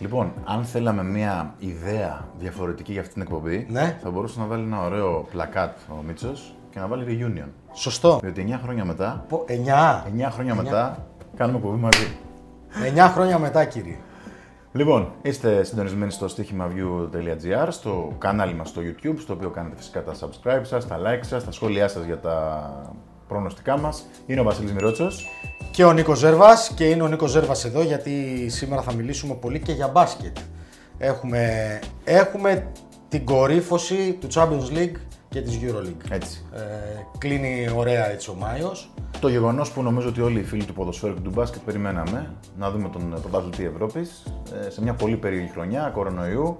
Λοιπόν, αν θέλαμε μια ιδέα διαφορετική για αυτή την εκπομπή, Ναι. θα μπορούσε να βάλει ένα ωραίο πλακάτ ο Μίτσος και να βάλει reunion. Σωστό. Διότι 9 χρόνια μετά, 9. 9 χρόνια μετά, κάνουμε εκπομπή μαζί. 9 χρόνια μετά, κύριε. Λοιπόν, είστε συντονισμένοι στο στοίχημαβιού.gr, στο κανάλι μας στο YouTube, στο οποίο κάνετε φυσικά τα subscribe σας, τα like σας, τα σχόλιά σας για τα προγνωστικά μας. Είναι ο Βασίλης Μυρότσος. Και ο Νίκος Ζέρβας. Και είναι ο Νίκος Ζέρβας εδώ γιατί σήμερα θα μιλήσουμε πολύ και για μπάσκετ. Έχουμε, έχουμε την κορύφωση του Champions League και της EuroLeague. Έτσι. Ε, κλείνει ωραία έτσι ο Μάιος. Το γεγονός που νομίζω ότι όλοι οι φίλοι του ποδοσφαίρου και του μπάσκετ περιμέναμε να δούμε τον πρωταθλητή Ευρώπης ε, σε μια πολύ περίεργη χρονιά κορονοϊού.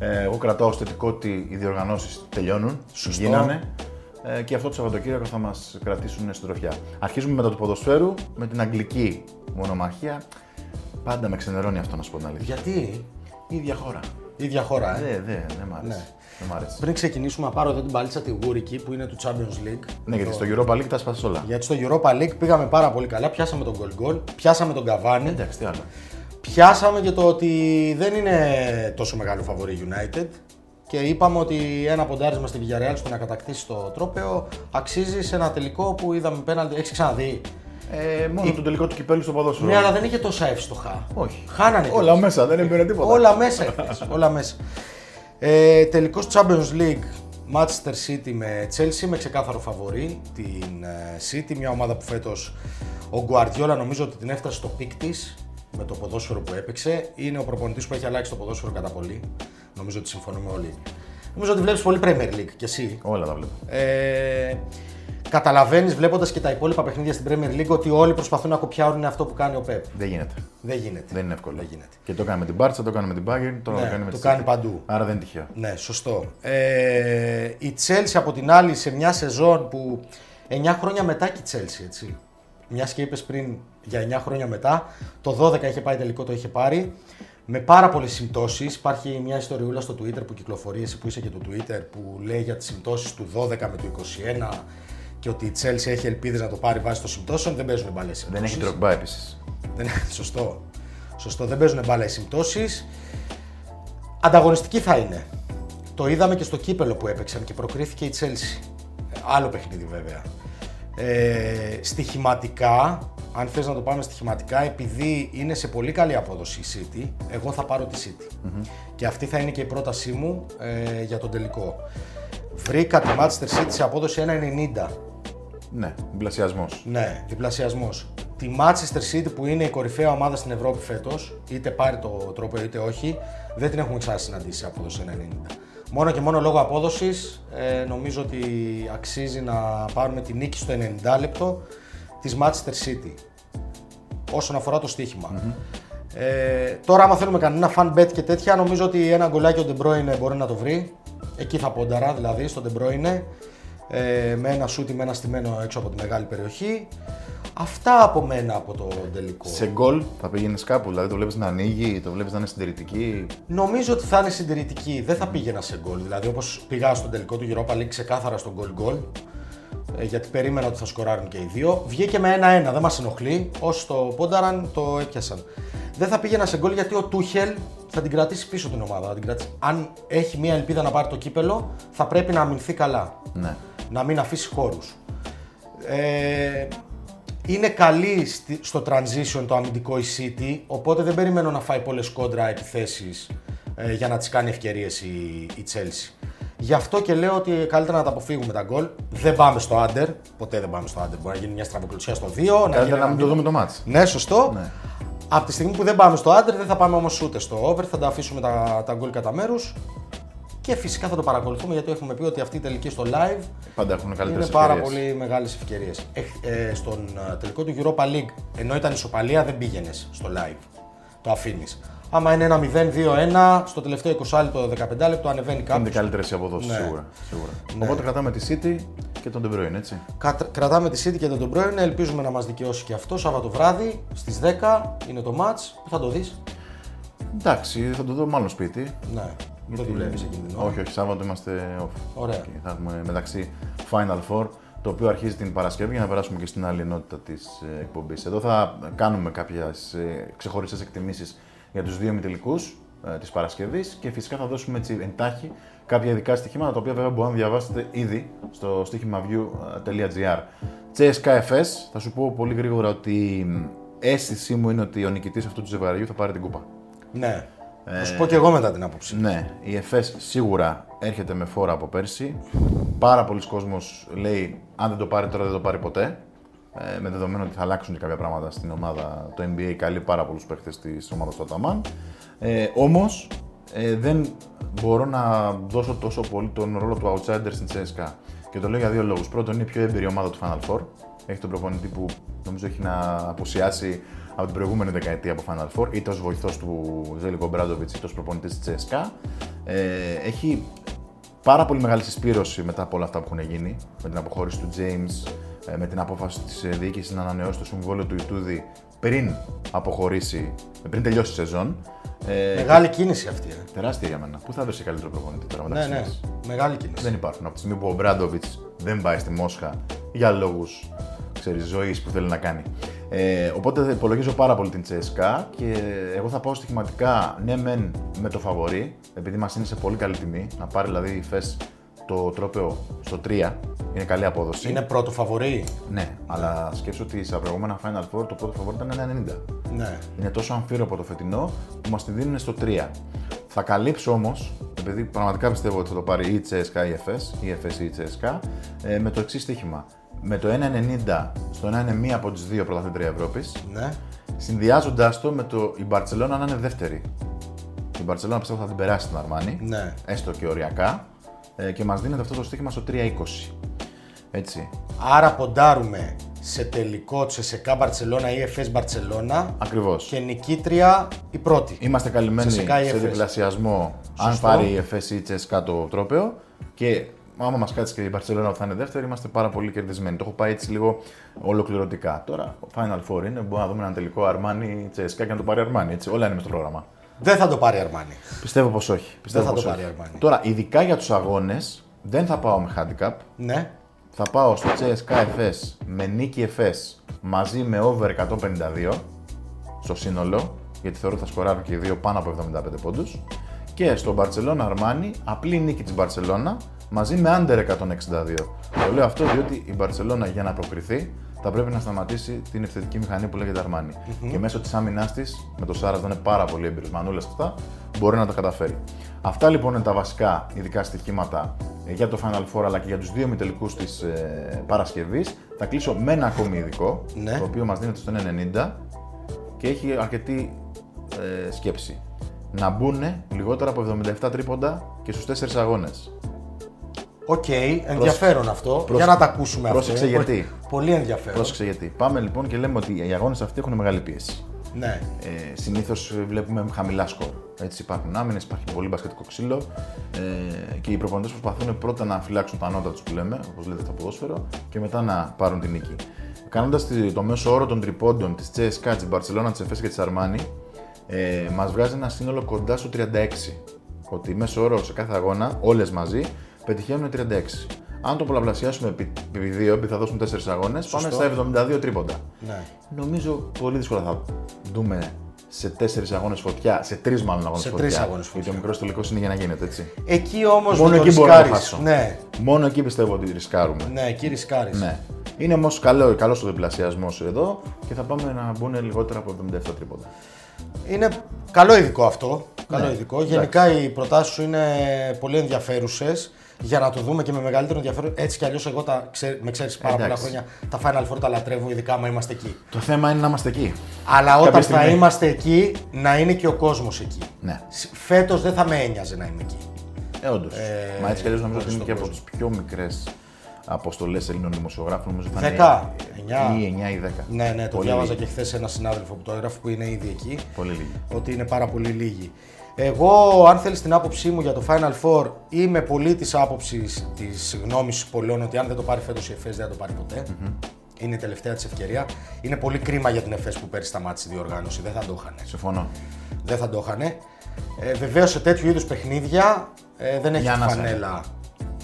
Ε, Εγώ κρατάω ως θετικό ότι οι διοργανώσεις τελειώνουν, Σωστό. γίνανε ε, και αυτό το Σαββατοκύριακο θα μας κρατήσουν στην τροφιά. Αρχίζουμε μετά του ποδοσφαίρου με την αγγλική μονομαχία. Πάντα με ξενερώνει αυτό να σου πω την αλήθεια. Γιατί ίδια χώρα. Ναι. ίδια χώρα, ε. Δε, δε, δεν μ' αρέσει. Δεν μ' αρέσει. Πριν ξεκινήσουμε, να πάρω εδώ την παλίτσα τη Γούρικη που είναι του Champions League. Ναι, γιατί στο Europa League τα σπάσει όλα. Γιατί στο Europa League πήγαμε πάρα πολύ καλά. Πιάσαμε τον goal goal, πιάσαμε τον Καβάνη. Εντάξει, τι άλλο. Πιάσαμε και το ότι δεν είναι τόσο μεγάλο φαβορή United και είπαμε ότι ένα ποντάρισμα στη Villarreal στο να κατακτήσει το τρόπαιο αξίζει σε ένα τελικό που είδαμε πέναντι. Έχεις ξαναδεί. Ε, μόνο το τελικό του κυπέλου στο ποδόσφαιρο. Ναι, αλλά δεν είχε τόσα εύστοχα. Όχι. Χάνανε. Όλα μέσα, δεν έμπαινε τίποτα. Όλα μέσα. είχες, όλα μέσα. Ε, τελικός Champions League Manchester City με Chelsea με ξεκάθαρο φαβορή την ε, City, μια ομάδα που φέτος ο Guardiola νομίζω ότι την έφτασε στο πικ της με το ποδόσφαιρο που έπαιξε. Είναι ο προπονητής που έχει αλλάξει το ποδόσφαιρο κατά πολύ. Νομίζω ότι συμφωνούμε όλοι. Νομίζω ότι βλέπεις πολύ Premier League και εσύ. Όλα τα βλέπω. Ε, Καταλαβαίνεις βλέποντας και τα υπόλοιπα παιχνίδια στην Premier League ότι όλοι προσπαθούν να κοπιάρουν αυτό που κάνει ο Pep. Δεν γίνεται. Δεν γίνεται. Δεν είναι εύκολο. Δεν γίνεται. Και το κάνει με την Μπάρτσα, το κάνει με την Bayern, τώρα Ναι, το κάνει με το τη κάνει City. παντού. Άρα δεν είναι τυχαίο. Ναι, σωστό. Ε, η Chelsea από την άλλη σε μια σεζόν που 9 χρόνια μετά και η Chelsea, έτσι. Μιας και είπες πριν για 9 χρόνια μετά, το 12 είχε πάει τελικό, το είχε πάρει. Με πάρα πολλές συμπτώσεις. Υπάρχει μια ιστοριούλα στο Twitter που κυκλοφορεί, εσύ που είσαι και το Twitter, που λέει για τις συμπτώσεις του 12 με του 21 και ότι η Chelsea έχει ελπίδες να το πάρει βάσει των συμπτώσεων. Δεν παίζουν μπαλέ. Δεν έχει τρογκμπά επίσης. Δεν, σωστό. Σωστό, δεν παίζουν μπάλα οι συμπτώσεις. Ανταγωνιστική θα είναι. Το είδαμε και στο κύπελο που έπαιξαν και προκρίθηκε η Τσέλσι. Άλλο παιχνίδι βέβαια. Ε, στοιχηματικά, αν θες να το πάμε στοιχηματικά, επειδή είναι σε πολύ καλή απόδοση η City, εγώ θα πάρω τη City. Και αυτή θα είναι και η πρότασή μου ε, για τον τελικό. Βρήκα τη Manchester City σε απόδοση 1,90. Ναι, διπλασιασμός. Ναι, διπλασιασμός. Τη Manchester City που είναι η κορυφαία ομάδα στην Ευρώπη φέτος, είτε πάρει το τρόπο είτε όχι, δεν την έχουμε ξανασυναντήσει σε απόδοση 90. Μόνο και μόνο λόγω απόδοσης, ε, νομίζω ότι αξίζει να πάρουμε τη νίκη στο 90 λεπτό της Manchester City. Όσον αφορά το στοίχημα. Ε, τώρα, άμα θέλουμε κανένα fan bet και τέτοια, νομίζω ότι ένα γκολάκι ο De Bruyne μπορεί να το βρει. Εκεί θα πονταρά, δηλαδή, στον De Bruyne. Ε, με ένα σούτι, με ένα στημένο έξω από τη μεγάλη περιοχή. Αυτά από μένα από το τελικό. Σε γκολ θα πηγαίνει κάπου, δηλαδή το βλέπεις να ανοίγει, το βλέπεις να είναι συντηρητική. Νομίζω ότι θα είναι συντηρητική. Δεν θα πήγαινα σε γκολ. Δηλαδή, όπως πήγα στον τελικό του Europa League ξεκάθαρα στον γκολ γκολ. ε, Γιατί περίμενα ότι θα σκοράρουν και οι δύο. Βγήκε με ένα-ένα, δεν μας ενοχλεί. Όσοι το πόνταραν, το έπιασαν. Δεν θα πήγαινα σε γκολ γιατί ο Τούχελ θα την κρατήσει πίσω την ομάδα. Θα την κρατήσει. Αν έχει μία ελπίδα να πάρει το κύπελο, θα πρέπει να αμυνθεί καλά. Ναι. Να μην αφήσει χώρους. Ε, είναι καλή στη- στο transition το αμυντικό η City, οπότε δεν περιμένω να φάει πολλές κόντρα επιθέσεις ε, για να τις κάνει ευκαιρίες η, η Chelsea. Γι' αυτό και λέω ότι καλύτερα να τα αποφύγουμε τα γκολ. Δεν πάμε στο under, ποτέ δεν πάμε στο under. Μπορεί να γίνει μια στραβοκλωτσιά στο 2, να γίνει Καλύτερα να ένα μην το δούμε το μάτς. ναι, σωστό. Ναι. Από τη στιγμή που δεν πάμε στο άντερ, δεν θα πάμε όμως ούτε στο over, θα τα αφήσουμε τα, τα γκολ κατά μέρους. Και φυσικά θα το παρακολουθούμε γιατί έχουμε πει ότι αυτή η τελική στο live Πάντα έχουν είναι καλύτερε πάρα ευκαιρίες. πολύ μεγάλες ευκαιρίες. Ε, στον ε, τελικό του Europa League, ενώ ήταν ισοπαλία, δεν πήγαινες στο live. Το αφήνεις. Άμα είναι ένα 0-2-1, στο τελευταίο 20 λεπτό, 15 λεπτό ανεβαίνει Είναι κάποιος. καλύτερες οι αποδόσεις Ναι. σίγουρα. σίγουρα. Οπότε κρατάμε τη City και τον De Bruyne, έτσι. Κατ- Κρατάμε τη City και τον Bruyne, ελπίζουμε να μας δικαιώσει και αυτό. Σάββατο βράδυ στις 10 είναι το match. Πού θα το δεις. Εντάξει, θα το δω μάλλον σπίτι. Ναι, Γιατί- δεν δουλεύει εκείνη την ώρα. Όχι, όχι, Σάββατο είμαστε off. Ωραία. Και θα έχουμε μεταξύ Final Four, το οποίο αρχίζει την Παρασκευή για να περάσουμε και στην άλλη ενότητα ε, της ε, εκπομπής. Εδώ θα κάνουμε κάποιες ξεχωριστές εκτιμήσεις για τους δύο μητελικού ε, της Παρασκευής και φυσικά θα δώσουμε έτσι εντάχει κάποια ειδικά στοιχήματα τα οποία βέβαια μπορείτε να διαβάσετε ήδη στο στοίχημαβιού.gr. CSKA FS, θα σου πω πολύ γρήγορα ότι αίσθησή μου είναι ότι ο νικητής αυτού του ζευγαριού θα πάρει την κούπα. Ναι. Θα Ε, σου πω και εγώ μετά την άποψη. Ναι, η ΕΦΕΣ σίγουρα έρχεται με φόρα από πέρσι. Πάρα πολλοί κόσμος λέει αν δεν το πάρει τώρα δεν το πάρει ποτέ. Ε, με δεδομένο ότι θα αλλάξουν και κάποια πράγματα στην ομάδα. Το NBA καλεί πάρα πολλούς παίχτες της ομάδας του Αταμάν. Ε, όμως ε, δεν μπορώ να δώσω τόσο πολύ τον ρόλο του outsider στην CSKA. Και το λέω για δύο λόγους. Πρώτον, είναι η πιο έμπειρη ομάδα του Final Four. Έχει τον προπονητή που νομίζω έχει να αποσιάσει από την προηγούμενη δεκαετία από Final Four, είτε ω βοηθός του Ζέλικο Μπράντοβιτ, είτε ω προπονητής της Τσέσκα. Ε, έχει πάρα πολύ μεγάλη συσπήρωση μετά από όλα αυτά που έχουν γίνει, με την αποχώρηση του James, ε, με την απόφαση της διοίκησης να ανανεώσει το συμβόλαιο του Ιτούδη πριν αποχωρήσει, πριν τελειώσει η σεζόν. Ε, Μεγάλη κίνηση αυτή. ε. και Τεράστια για μένα. Πού θα βρεις καλύτερο προπονητή τώρα Ναι, μεταξύ ναι. μας. Μεγάλη κίνηση. Δεν υπάρχουν. Από τη στιγμή που ο Μπράντοβιτ δεν πάει στη Μόσχα για λόγους ζωής που θέλει να κάνει. Ε, οπότε υπολογίζω πάρα πολύ την Τσέσκα και εγώ θα πάω στοιχηματικά ναι, μεν με το φαβορή, επειδή μας είναι σε πολύ καλή τιμή. Να πάρει δηλαδή η ΦΕΣ το τρόπαιο στο 3. Είναι καλή απόδοση. Είναι πρώτο φαβορή. Ναι, αλλά σκέψω ότι στα προηγούμενα Final Four το πρώτο φαβορή ήταν 1,90 Ναι. είναι τόσο αμφίροπο το φετινό που μας τη δίνουν στο 3. Θα καλύψω όμως, επειδή πραγματικά πιστεύω ότι θα το πάρει η CSKA ή η FS, η FS ή η CSKA, ε, με το εξής στοίχημα. Με το 1,90 στο να είναι μία από τις δύο πρωταθλήτρια Ευρώπης, Ναι. συνδυάζοντάς το με το η Μπαρσελόνα να είναι δεύτερη. Η Μπαρσελόνα πιστεύω θα την περάσει την Αρμάνη, Ναι. έστω και οριακά, ε, και μας δίνεται αυτό το στοίχημα στο 3,20. Έτσι. Άρα ποντάρουμε σε τελικό Τσεσεκά Μπαρσελόνα ή Εφέ Μπαρσελόνα Ακριβώς. και νικήτρια η πρώτη. Είμαστε καλυμμένοι Σε σκάει η σε FS. διπλασιασμό αν Σωστό. πάρει η FS ή η CSKA το τρόπαιο και άμα μας κάτσει και η Barcelona που θα είναι δεύτερη, είμαστε πάρα πολύ κερδισμένοι. Το έχω πάει έτσι λίγο ολοκληρωτικά. Τώρα, Final Four είναι, μπορούμε να δούμε έναν τελικό Αρμάνι CSKA και να το πάρει Αρμάνι. Έτσι, όλα είναι μες στο πρόγραμμα. Δεν θα το πάρει η Αρμάνη. Πιστεύω πως όχι. Πιστεύω θα πως το πάρει όχι. η Armani. Τώρα, ειδικά για τους αγώνες, δεν θα πάω με handicap. Ναι. Θα πάω στο CSKA FS με νίκη FS μαζί με over 152 στο σύνολο, γιατί θεωρώ ότι θα σκοράρουν και οι δύο πάνω από 75 πόντους. Και στο Barcelona Armani, απλή νίκη της Barcelona μαζί με under 162. Το λέω αυτό διότι η Barcelona για να προκριθεί θα πρέπει να σταματήσει την επιθετική μηχανή που λέγεται Armani. Και μέσω της άμυνάς της, με το Σάρα είναι πάρα πολύ έμπειρο, μανούλα και αυτά, μπορεί να τα καταφέρει. Αυτά λοιπόν είναι τα βασικά ειδικά στοιχήματα ε, για το Final Four αλλά και για τους δύο μητελικού της ε, Παρασκευής. Θα κλείσω με ένα ακόμη ειδικό, Ναι. το οποίο μας δίνεται στο 90 και έχει αρκετή ε, σκέψη. Να μπουν λιγότερα από 77 τρίποντα και στους 4 αγώνες. Οκ, ενδιαφέρον αυτό. Για να τα ακούσουμε Πρόσεξε αυτό. γιατί. Πολύ ενδιαφέρον. Πρόσεξε γιατί. Πάμε λοιπόν και λέμε ότι οι αγώνες αυτοί έχουν μεγάλη πίεση. Ναι. Ε, Συνήθως βλέπουμε χαμηλά σκορ. Έτσι υπάρχουν άμυνες, υπάρχει πολύ μπασκετικό ξύλο ε, και οι προπονητές προσπαθούν πρώτα να φυλάξουν τα νότα τους που λέμε, όπως λέτε στο ποδόσφαιρο, και μετά να πάρουν την νίκη. Κάνοντας το μέσο όρο των τριπώντων τη CSKA, τη Barcelona, τη Εφέ και της Αρμάνη, ε, μας βγάζει ένα σύνολο κοντά στο 36. Ότι μέσο όρο σε κάθε αγώνα, όλες μαζί, πετυχαίνουν 36. Αν το πολλαπλασιάσουμε επί 2, επειδή θα δώσουν 4 αγώνες, πάμε στα 72 τρίποντα. ναι. Νομίζω πολύ δύσκολα θα δούμε σε τέσσερις αγώνες φωτιά, σε τρεις μάλλον αγώνες Σε φωτιά. τρεις αγώνες φωτιά. Γιατί ο μικρός τελικός είναι για να γίνεται έτσι. Εκεί όμως Μόνο με το εκεί μπορώ να ρισκάρεις. χάσω. Ναι, Μόνο εκεί πιστεύω ότι ρισκάρουμε. ναι, εκεί ρισκάρεις. Ναι. Είναι όμως καλό, καλός ο διπλασιασμός εδώ και θα πάμε να μπουν λιγότερα από 77 τρίποντα. Είναι καλό ειδικό αυτό. Καλό ειδικό. Ναι, εντάξει. Γενικά οι προτάσεις σου είναι πολύ ενδιαφέρουσες για να το δούμε και με μεγαλύτερο ενδιαφέρον. Έτσι κι αλλιώς, εγώ τα ξέ, με ξέρεις πάρα πολλά Εντάξει. χρόνια. Τα Final Four τα λατρεύω, ειδικά άμα είμαστε εκεί. Το θέμα είναι να είμαστε εκεί. Αλλά όταν θα στιγμή. είμαστε εκεί, να είναι και ο κόσμος εκεί. Ναι. Φέτος δεν θα με ένοιαζε να είμαι εκεί. Ε, όντως. Μα έτσι κι αλλιώς νομίζω ότι χωρίς είναι τον και από τις πιο μικρές αποστολές Ελλήνων δημοσιογράφων. Νομίζω θα Δέκα, εννιά. είναι. 9. ναι. Ή 9 ή 10. Ναι, ναι, το Πολύ διάβαζα λίγοι. και χθες ένα συνάδελφο που το έγραφε που είναι ήδη εκεί. Πολύ λίγοι. Ότι είναι πάρα πολύ λίγοι. Εγώ, αν θέλεις την άποψή μου για το Final Four, είμαι πολύ της άποψης της γνώμης πολλών ότι αν δεν το πάρει φέτος η ΕΦΕΣ δεν θα το πάρει ποτέ. Είναι η τελευταία της ευκαιρία. Είναι πολύ κρίμα για την ΕΦΕΣ που πέρυσι σταμάτησε η διοργάνωση. Δεν θα το είχανε. Συμφωνώ. Δεν θα το είχανε. Ε, Βεβαίως σε τέτοιου είδους παιχνίδια ε, δεν έχει Για τη να σε. φανέλα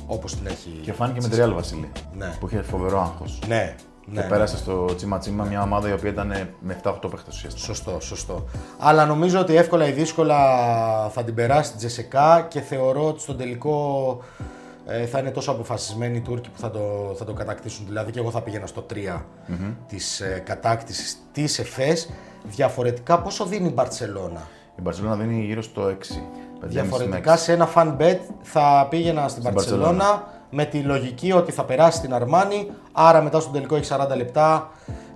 όπως την έχει. Και φάνηκε με τη Real Βασίλη. Ναι. Που είχε φοβερό άγχος. Ναι, και πέρασε στο τσίμα τσίμα μια ομάδα η οποία ήταν ε, με 7-8 παίχτες ουσιαστικά. Σωστό, σωστό. Αλλά νομίζω ότι εύκολα ή δύσκολα θα την περάσει την Τζεσεκά και θεωρώ ότι στον τελικό ε, θα είναι τόσο αποφασισμένοι οι Τούρκοι που θα το, θα το κατακτήσουν. Δηλαδή και εγώ θα πήγαινα στο 3 της ε, κατάκτησης της ΕΦΕΣ. Διαφορετικά πόσο δίνει η Μπαρτσελώνα. Η Μπαρσελόνα δίνει γύρω στο 6. Διαφορετικά σε ένα fan bet θα πήγαινα στην Barcelona Barcelona. με τη λογική ότι θα περάσει την Αρμάνη, άρα μετά στον τελικό έχει 40 λεπτά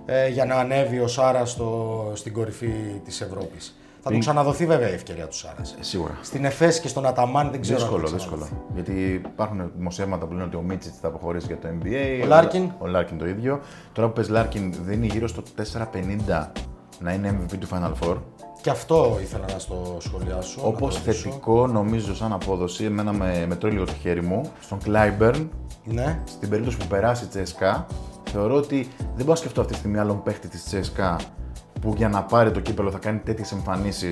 ε, για να ανέβει ο Σάρας στο, στην κορυφή της Ευρώπης. Θα του ξαναδοθεί βέβαια η ευκαιρία του Σάρας. Σίγουρα. Στην Εφές και στον Αταμάν δεν ξέρω. αν θα Δύσκολο, ξαναδοθεί. δύσκολο. Γιατί υπάρχουν δημοσιεύματα που λένε ότι ο Μίτσιτ θα αποχωρήσει για το NBA. Ο Λάρκιν. Ο Λάρκιν το ίδιο. Τώρα που πες Λάρκιν δίνει γύρω στο 4,50 να είναι MVP του Final Four. Και αυτό ήθελα να στο σχολιάσω. να Όπως το ρωτήσω. θετικό, νομίζω, σαν απόδοση, εμένα με, με τρώει λίγο το χέρι μου, στον Κλάιμπερν, Ναι. στην περίπτωση που περάσει η Τσέσκα, θεωρώ ότι δεν μπορώ να σκεφτώ αυτή τη στιγμή άλλον παίχτη της Τσέσκα που για να πάρει το κύπελο θα κάνει τέτοιες εμφανίσεις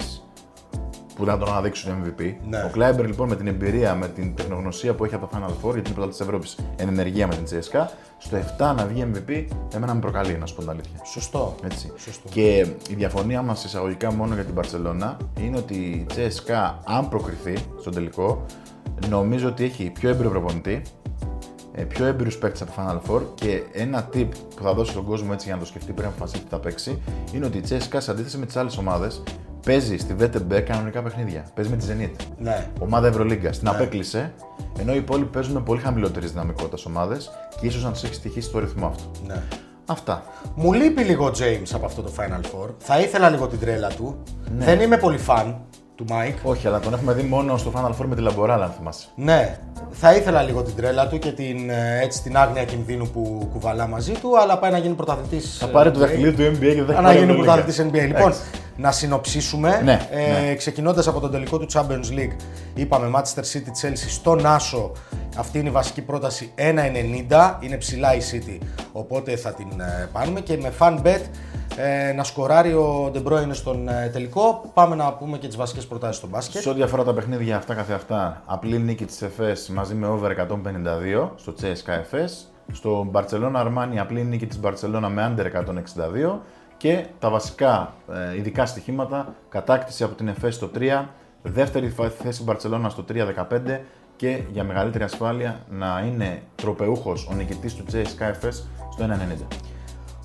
που θα τον αναδείξουν MVP. Ναι. Ο Κλάιμπερ λοιπόν με την εμπειρία, με την τεχνογνωσία που έχει από τα Final Four, γιατί είναι πρωτάθλημα της Ευρώπης εν ενεργεία με την Τσέσκα, στο 7 να βγει MVP, εμένα με προκαλεί, να σου πω την αλήθεια. Σωστό. Έτσι. Σωστό. Και η διαφωνία μας εισαγωγικά μόνο για την Παρσελώνα είναι ότι η CSKA, αν προκριθεί στον τελικό, νομίζω ότι έχει πιο έμπειρο προπονητή, ε, πιο έμπειρους παίκτες από Final Four και ένα tip που θα δώσει στον κόσμο έτσι για να το σκεφτεί πριν αποφασίσει τι θα παίξει είναι ότι η CSKA σε αντίθεση με τις άλλες ομάδες παίζει στη VTB κανονικά παιχνίδια. Παίζει με τη Zenit. Ναι. Ομάδα Ευρωλίγκα. Την απέκλεισε, ενώ οι υπόλοιποι παίζουν με πολύ χαμηλότερη δυναμικότητα ομάδες και ίσως να του έχει στοιχήσει το ρυθμό αυτό. ναι. Αυτά. Μου λείπει λίγο ο James από αυτό το Final Four. Θα ήθελα λίγο την τρέλα του. Ναι. Δεν είμαι πολύ φαν του Mike. Όχι, αλλά τον έχουμε δει μόνο στο Final Four με τη Λαμποράλα, αν θυμάσαι. Ναι, θα ήθελα λίγο την τρέλα του και την, ε, έτσι, την άγνοια κινδύνου που κουβαλά μαζί του, αλλά πάει να γίνει πρωταθλητής. Θα πάρει το Ε, δαχτυλίδι του NBA και δεν θα να γίνει Ευρωλίγκα. πρωταθλητή NBA. Λοιπόν, να συνοψίσουμε. Ναι, ναι. Ξεκινώντας από τον τελικό του Champions League, είπαμε Manchester City Chelsea στον Άσο. Αυτή είναι η βασική πρόταση 1,90. Είναι ψηλά η City, οπότε θα την ε, πάρουμε. Και με fan bet ε, να σκοράρει ο De Bruyne στον ε, τελικό. Πάμε να πούμε και τις βασικές προτάσεις στο μπάσκετ. Σε ό,τι αφορά τα παιχνίδια αυτά καθε αυτά, απλή νίκη της ΕΦΕΣ μαζί με over 152 στο CSKA ΕΦΕΣ. Στο Barcelona Armani, απλή νίκη της Barcelona με under 162. Και τα βασικά ε, ειδικά στοιχήματα, κατάκτηση από την ΕΦΕΣ στο 3, δεύτερη φα- θέση Barcelona στο 3-15 και για μεγαλύτερη ασφάλεια να είναι τροπεούχος ο νικητής του CSKA ΕΦΕΣ στο 1.90.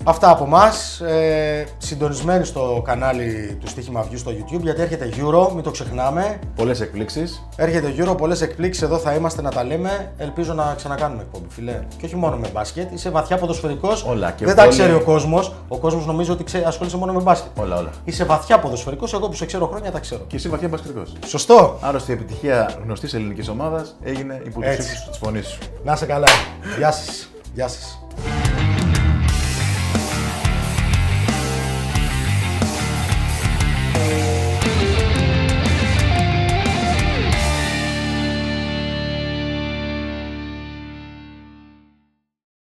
Αυτά από εμά. Ε, συντονισμένοι στο κανάλι του Στίχημα Βιού στο YouTube, γιατί έρχεται Euro, μην το ξεχνάμε. Πολλές εκπλήξεις, Έρχεται Euro, πολλές εκπλήξεις. Εδώ θα είμαστε να τα λέμε. Ελπίζω να ξανακάνουμε εκπομπή, φιλέ. Και όχι μόνο με μπάσκετ. Είσαι βαθιά ποδοσφαιρικός. Όλα και Δεν τα βόλεϊ. ξέρει ο κόσμος. Ο κόσμος νομίζει ότι ξέ, ασχολείσαι μόνο με μπάσκετ. Όλα, όλα. Είσαι βαθιά ποδοσφαιρικός. Εγώ που σε ξέρω χρόνια τα ξέρω. Και εσύ βαθιά μπασκετικός. Σωστό. Άρρωστη επιτυχία γνωστής ελληνικής ομάδας έγινε υπό του Έτσι. ύχου της φωνής σου. Να σε καλά. Γεια σας. Γεια σας.